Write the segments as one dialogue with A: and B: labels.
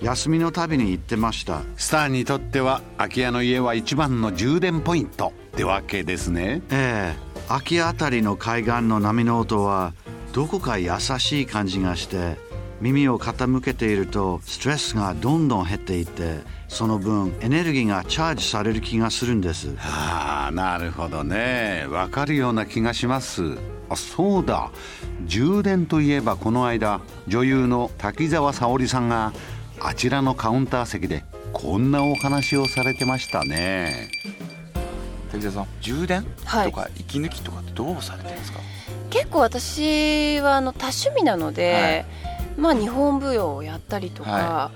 A: 休みのたびに行ってました
B: スタンにとっては空き家の家は一番の充電ポイントってわけですね
A: ええ秋あたりの海岸の波の音はどこか優しい感じがして耳を傾けているとストレスがどんどん減っていってその分エネルギーがチャージされる気がするんです
B: ああなるほどねわかるような気がしますあそうだ充電といえばこの間女優の滝沢沙織さんがあちらのカウンター席でこんなお話をされてましたね
C: 滝沢さん充電
D: はい
C: とか息抜きとかってどうされてるんですか、
D: 結構私はあの多趣味なので、まあ日本舞踊をやったりとか、
C: は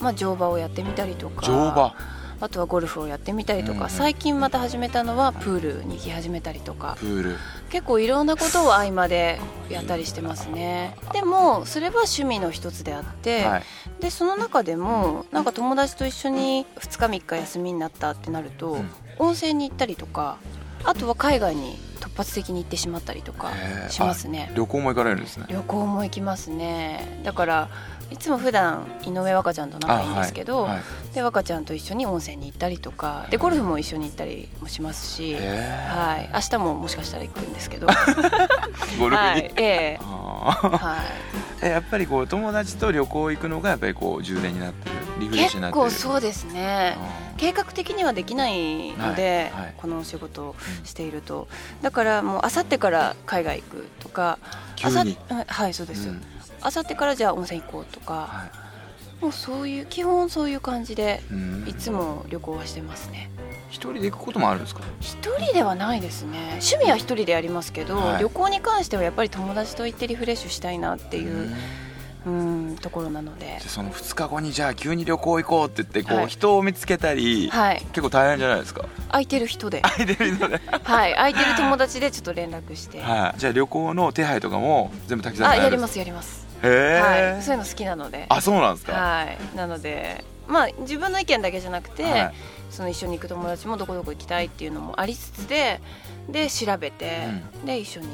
D: まあ乗馬をやってみたりとか
C: 乗馬
D: あとはゴルフをやってみたりとか、
C: うんうん
D: 最近また始めたのはプールに行き始めたりとか
C: プール
D: 結構いろんなことを合間でやったりしてますねでもそれは趣味の一つであって、
C: はい
D: でその中でもなんか友達と一緒に2日3日休みになったってなると、
C: ん
D: 温泉に行ったりとかあとは海外に突発的に行ってしまったりとか
C: へー
D: しますね
C: 旅行も行かれるんですね
D: 旅行も行きますねだからいつも普段井上若ちゃんと仲いいんですけど、
C: あはいはい
D: で若ちゃんと一緒に温泉に行ったりとかでゴルフも一緒に行ったりもしますし、
C: へ
D: はい、明日ももしかしたら行くんですけど
C: ー ゴルフに、
D: はい、 ええ
C: あ
D: はい
C: ーえやっぱりこう友達と旅行行くのがやっぱりこう充電になってるリフレッシュになって
D: 結
C: る
D: 構そうですね
C: あ
D: 計画的にはできないので、
C: はいはい
D: このお仕事をしているとだからもうあさってから海外行くとか
C: 急に
D: あさはいそうで
C: ー
D: す
C: う
D: よ
C: ん
D: あさってからじゃあ温泉行こうとか
C: は
D: もうそういう基本そういう感じで
C: いうん
D: いつも旅行はしてますね
C: 一人で行くこともあるんですか
D: 一人ではないですね趣味は一人でやりますけど、
C: はい
D: 旅行に関してはやっぱり友達と行ってリフレッシュしたいなっていううんうんところなので
C: でその2日後にじゃあ急に旅行行こうって言ってこう、
D: はい
C: 人を見つけたり、
D: はい
C: 結構大変じゃないですか
D: 空いてる 人で
C: 空いてるので、
D: はい空いてる友達でちょっと連絡して、
C: はい、じゃあ旅行の手配とかも全部滝沢
D: あ
C: さん
D: やりますすやります、
C: へえ、
D: はいそういうの好きなので
C: あそうなんですか、
D: はいなのでまあ自分の意見だけじゃなくて、
C: はい
D: その一緒に行く友達もどこどこ行きたいっていうのもありつつでで調べて、で一緒に考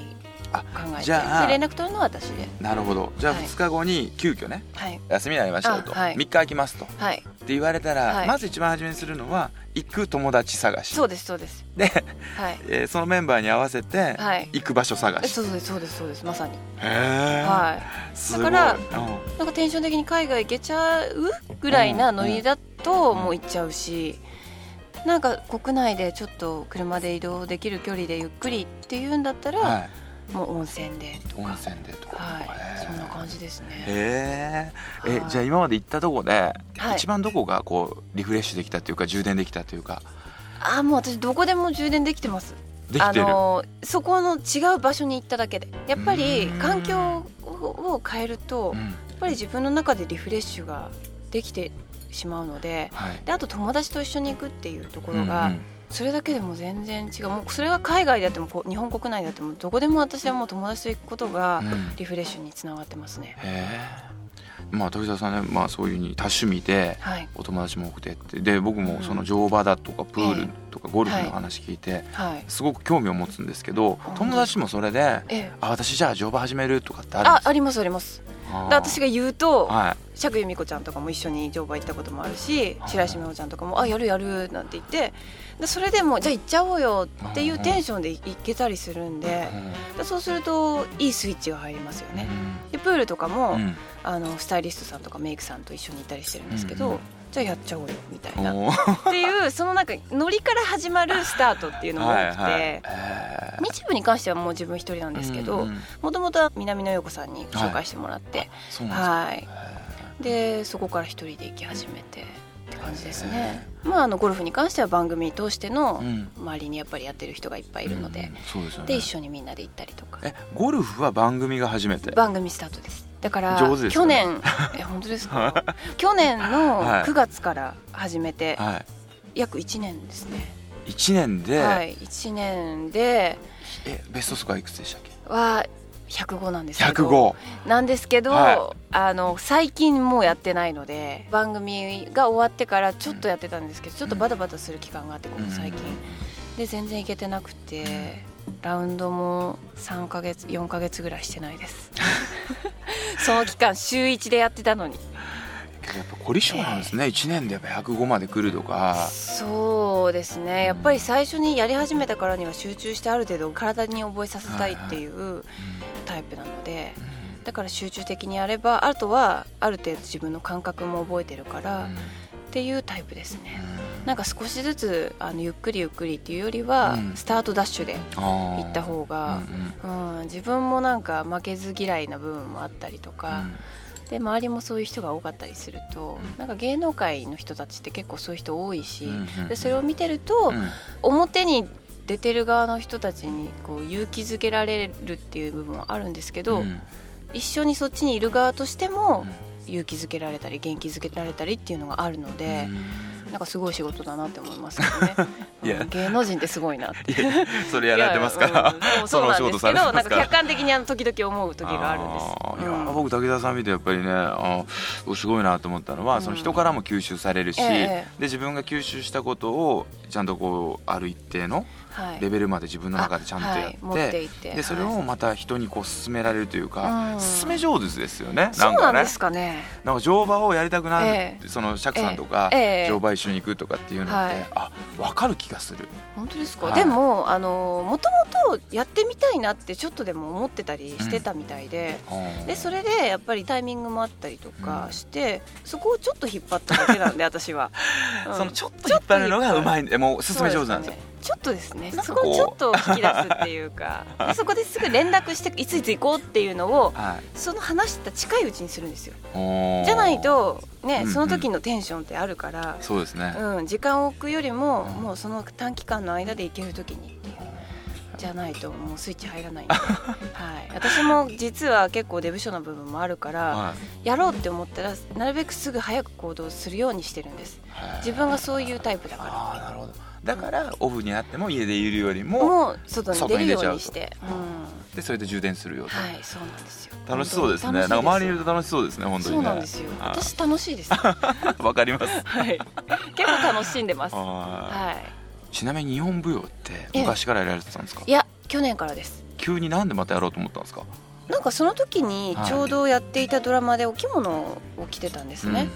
C: あ
D: えて
C: じゃあ
D: で連絡取るのは私で
C: なるほどじゃあ
D: はい
C: 2日後に急遽ね
D: はい
C: 休みになりましたよと、
D: あはい
C: 3日空きますとっ
D: はい
C: て言われたら、
D: はい
C: まず一番初めにするのは行く友達探し
D: そうですそうです
C: で、
D: はい
C: えーそのメンバーに合わせて
D: はい
C: 行く場所探
D: え
C: し、
D: そうですそうですそうですまさに
C: へえ、
D: は
C: すごい
D: だ
C: うん
D: からいなんかテンション的に海外行けちゃうぐらいなノリだともう行っちゃうしなんか国内でちょっと車で移動できる距離でゆっくりっていうんだったら、
C: はい、
D: もう温泉でと
C: 温
D: か
C: 泉でとか、
D: はい
C: へえ
D: そんな感じですね
C: へええ
D: はい
C: じゃあ今まで行ったとこで、
D: はい
C: 一番どこがこうリフレッシュできたというか充電できたというか
D: あもう私どこでも充電できてます
C: できてる
D: あのそこの違う場所に行っただけでやっぱり
C: うん
D: 環境を変えると、
C: うん
D: やっぱり自分の中でリフレッシュができてしまうので
C: はい
D: であと友達と一緒に行くっていうところ
C: う
D: が
C: んうん
D: それだけでも全然違うもうそれが海外であってもこう日本国内であってもどこでも私はもう友達と行くことが
C: うん
D: リフレッシュにつながってますね。
C: へえまあ富澤さんね、まあ、そういうふうに多趣味で
D: はい
C: お友達も多くてってで僕
D: う
C: も
D: ん
C: その乗馬だとかプールとかゴルフ
D: は
C: の
D: い
C: 話聞いて、
D: はい
C: すごく興味を持つんですけど
D: うん
C: 友達もそれで
D: ええ
C: 「あ私じゃあ乗馬始める」とかってあるんで
D: あ
C: す
D: ありますあります。
C: あー
D: で私が言うと
C: はい
D: 釈由美子ちゃんとかも一緒に乗馬行ったこともあるし
C: はい
D: 白石美穂ちゃんとかも「あやるやる」なんて言ってでそれでもうじゃあ行っちゃおうよっていうテンションで行けたりするんででそうするといいスイッチが入りますよね。でプールとかも、
C: うんうん
D: あのスタイリストさんとかメイクさんと一緒にいたりしてるんですけど、
C: うんうん
D: じゃあやっちゃおうよみたいなっ
C: おー
D: ていうそのなんかノリから始まるスタートっていうのも多く て、
C: はいはい
D: 日部に関してはもう自分一人なんですけ
C: う
D: ど
C: んうん
D: もともとは南野陽子さんに紹介してもらって
C: そうなんですか
D: はいでそこから一人で行き始めてって感じですね。まあ、あのゴルフに関しては番組通しての
C: うん
D: 周りにやっぱりやってる人がいっぱいいる
C: う
D: の
C: んう
D: で
C: ん、そうですよね
D: で一緒にみんなで行ったりとか
C: えゴルフは番組が初めて
D: 番組スタートですだから
C: 上手です
D: 去
C: よね
D: 年え本当ですか 去年の
C: はい
D: 9月から始めて、
C: はい
D: 約1年ですね
C: 一年で、
D: はい、1年で
C: えベストスコアいくつでしたっけ
D: は105なんですけど
C: 105
D: なんですけど、
C: は
D: あの最近もうやってないので番組が終わってからちょっとやってたんですけど、ちょっとバタバタする期間があってここ最近、で全然行けてなくてラウンドも3ヶ月4ヶ月ぐらいしてないです その期間週1でやってたのに
C: やっぱ凝り性なんですね、一年でやっぱ105まで来るとか
D: そうですねやっぱり最初にやり始めたからには集中してある程度体に覚えさせたいっていうタイプなのでだから集中的にやればあとはある程度自分の感覚も覚えてるからっていうタイプですねなんか少しずつあのゆっくりゆっくりっていうよりは
C: うん
D: スタートダッシュで
C: 行
D: 行った方が、うん、自分もなんか負けず嫌いな部分もあったりとか、で周りもそういう人が多かったりすると、なんか芸能界の人たちって結構そういう人多いし、でそれを見てると、表に出てる側の人たちにこう勇気づけられるっていう部分はあるんですけど、一緒にそっちにいる側としても勇気づけられたり元気づけられたりっていうのがあるので、なんかすごい仕事だなって思いますよね
C: いや
D: うん芸能人ってすごいなって。
C: それやられてますか
D: いやうんで
C: ら
D: もそうなんですけどなんか客
C: ら
D: 観的にあの時々思う時があるんです
C: あーいや
D: うん
C: ー僕武田さん見てやっぱりねあーすごいなと思ったのは、その人からも吸収されるし、
D: ええ
C: で自分が吸収したことをちゃんとこうある一定の
D: はい
C: レベルまで自分の中でちゃんとやって,、
D: あはい持っていって
C: でそれをまた人にこう勧められるというか、
D: うん
C: 勧め上手ですよね
D: そう
C: か
D: なん
C: ね
D: ですかね
C: なんか乗馬をやりたくなる、
D: ええ
C: その釈さんとか、
D: ええええ
C: 乗馬一緒に行くとかっていうのって、
D: はい
C: あ分かる気がする、
D: 本当ですか、
C: はい
D: でもあのもともとやってみたいなってちょっとでも思ってたりしてたみたいで、でそれでやっぱりタイミングもあったりとかして、そこをちょっと引っ張っただけなんで私 は、うん
C: そのちょっと引っ張るのがうまいんでもう勧め上手なんですよ
D: そうねちょっとですね
C: なん
D: そ
C: か
D: こ
C: こ
D: を
C: う
D: ちょっと引き出すっていう かでそこですぐ連絡していついつ行こうっていうのを
C: はい
D: その話した近いうちにするんですよ
C: おー
D: じゃないとね、
C: うんうん
D: その時のテンションってあるから、
C: そうですね、
D: うん、時間を置くよりも、もうその短期間の間で行ける時にっていうじゃないともうスイッチ入 らないんで、はい、私も実は結構デブ症の部分もあるから、
C: は
D: やろうって思ったらなるべくすぐ早く行動するようにしてるんです
C: いはい
D: 自分がそういうタイプだか
C: ああなるほどだからオフにあっても家でいるより
D: ら
C: も
D: もう外に出るようにしてう、ん、
C: でそれで充電するよと、
D: はいそうなんですよ
C: 楽しそうですねなんか周りにいると楽しそうですね本当に
D: そ
C: ね
D: うなんですよ
C: あ
D: 私楽しい です
C: ーわかります
D: はい結構楽しんでます
C: は
D: はい
C: いちなみに日本舞踊って
D: ええ
C: 昔からやられてたんですか
D: いや去年からです
C: 急になんでまたやろうと思ったんですか
D: なんかその時にちょうどやっていたドラマでお着物を着てたんですね、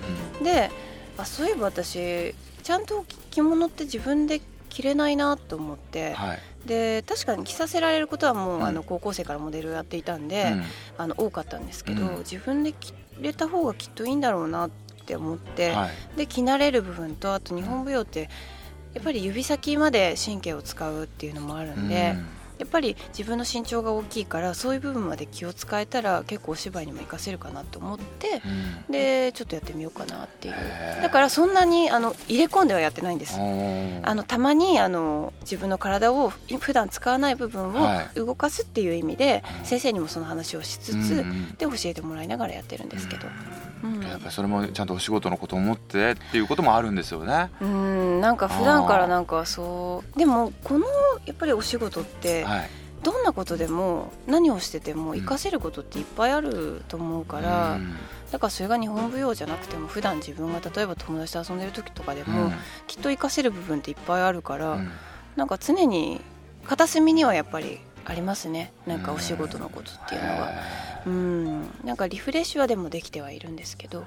D: であそういえば私ちゃんと着物って自分で着れないなと思って、
C: はい
D: で確かに着させられることはもう、
C: うん
D: あの高校生からモデルをやっていたんで、
C: うん
D: あの多かったんですけど、
C: うん
D: 自分で着れた方がきっといいんだろうなって思って、
C: はい
D: で着慣れる部分とあと日本舞踊ってやっぱり指先まで神経を使うっていうのもあるんで。やっぱり自分の身長が大きいからそういう部分まで気を使えたら結構お芝居にも活かせるかなと思って
C: うんうん
D: でちょっとやってみようかなっていう
C: へー
D: だからそんなにあの入れ込んではやってないんです
C: おー
D: あのたまにあの自分の体を普段使わない部分を
C: はい
D: 動かすっていう意味で先生にもその話をしつつ
C: うんう
D: で
C: ん
D: 教えてもらいながらやってるんですけど。うん
C: やっぱりそれもちゃんとお仕事のことを思ってっていうこともあるんですよね
D: うんなんか普段からなんかそうでもこのやっぱりお仕事って
C: はい
D: どんなことでも何をしてても活かせることっていっぱいあると思うから、
C: うん
D: だからそれが日本舞踊じゃなくても普段自分が例えば友達と遊んでる時とかでも、
C: うん
D: きっと活かせる部分っていっぱいあるから、
C: うん
D: なんか常に片隅にはやっぱりありますねなんかお仕事のことっていうのは、うん、なんかリフレッシュはでもできてはいるんですけど、うん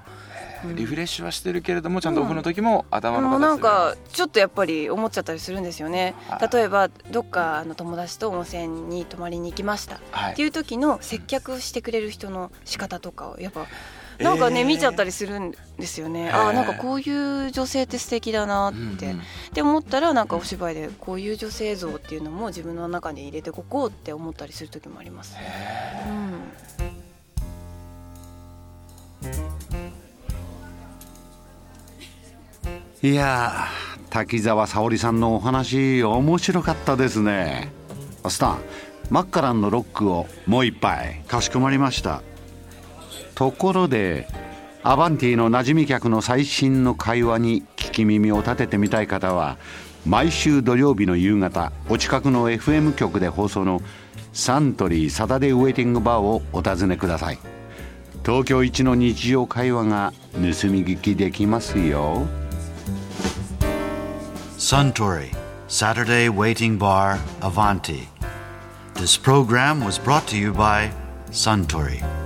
C: リフレッシュはしてるけれどもちゃんとオフの時も頭の
D: もう
C: 片
D: なん
C: 隅に
D: かちょっとやっぱり思っちゃったりするんですよね
C: はい
D: 例えばどっかあの友達と温泉に泊まりに行きました
C: はい
D: っていう時の接客をしてくれる人の仕方とかをやっぱなんかね、
C: えー
D: 見ちゃったりするんですよね、
C: えー
D: ああなんかこういう女性って素敵だなって、
C: うんうん
D: って思ったらなんかお芝居でこういう女性像っていうのも自分の中に入れてここうって思ったりする時もあります、うん
B: いやー滝沢沙織さんのお話面白かったですねスタンマッカランのロックをもう一杯
A: かしこまりました
B: ところでアバンティの馴染み客の最新の会話に聞き耳を立ててみたい方は毎週土曜日の夕方お近くの FM 局で放送のサントリーサタデーウェイティングバーをお尋ねください東京一の日常会話が盗み聞きできますよ
E: Suntory, Saturday Waiting Bar, Avanti. This program was brought to you by Suntory.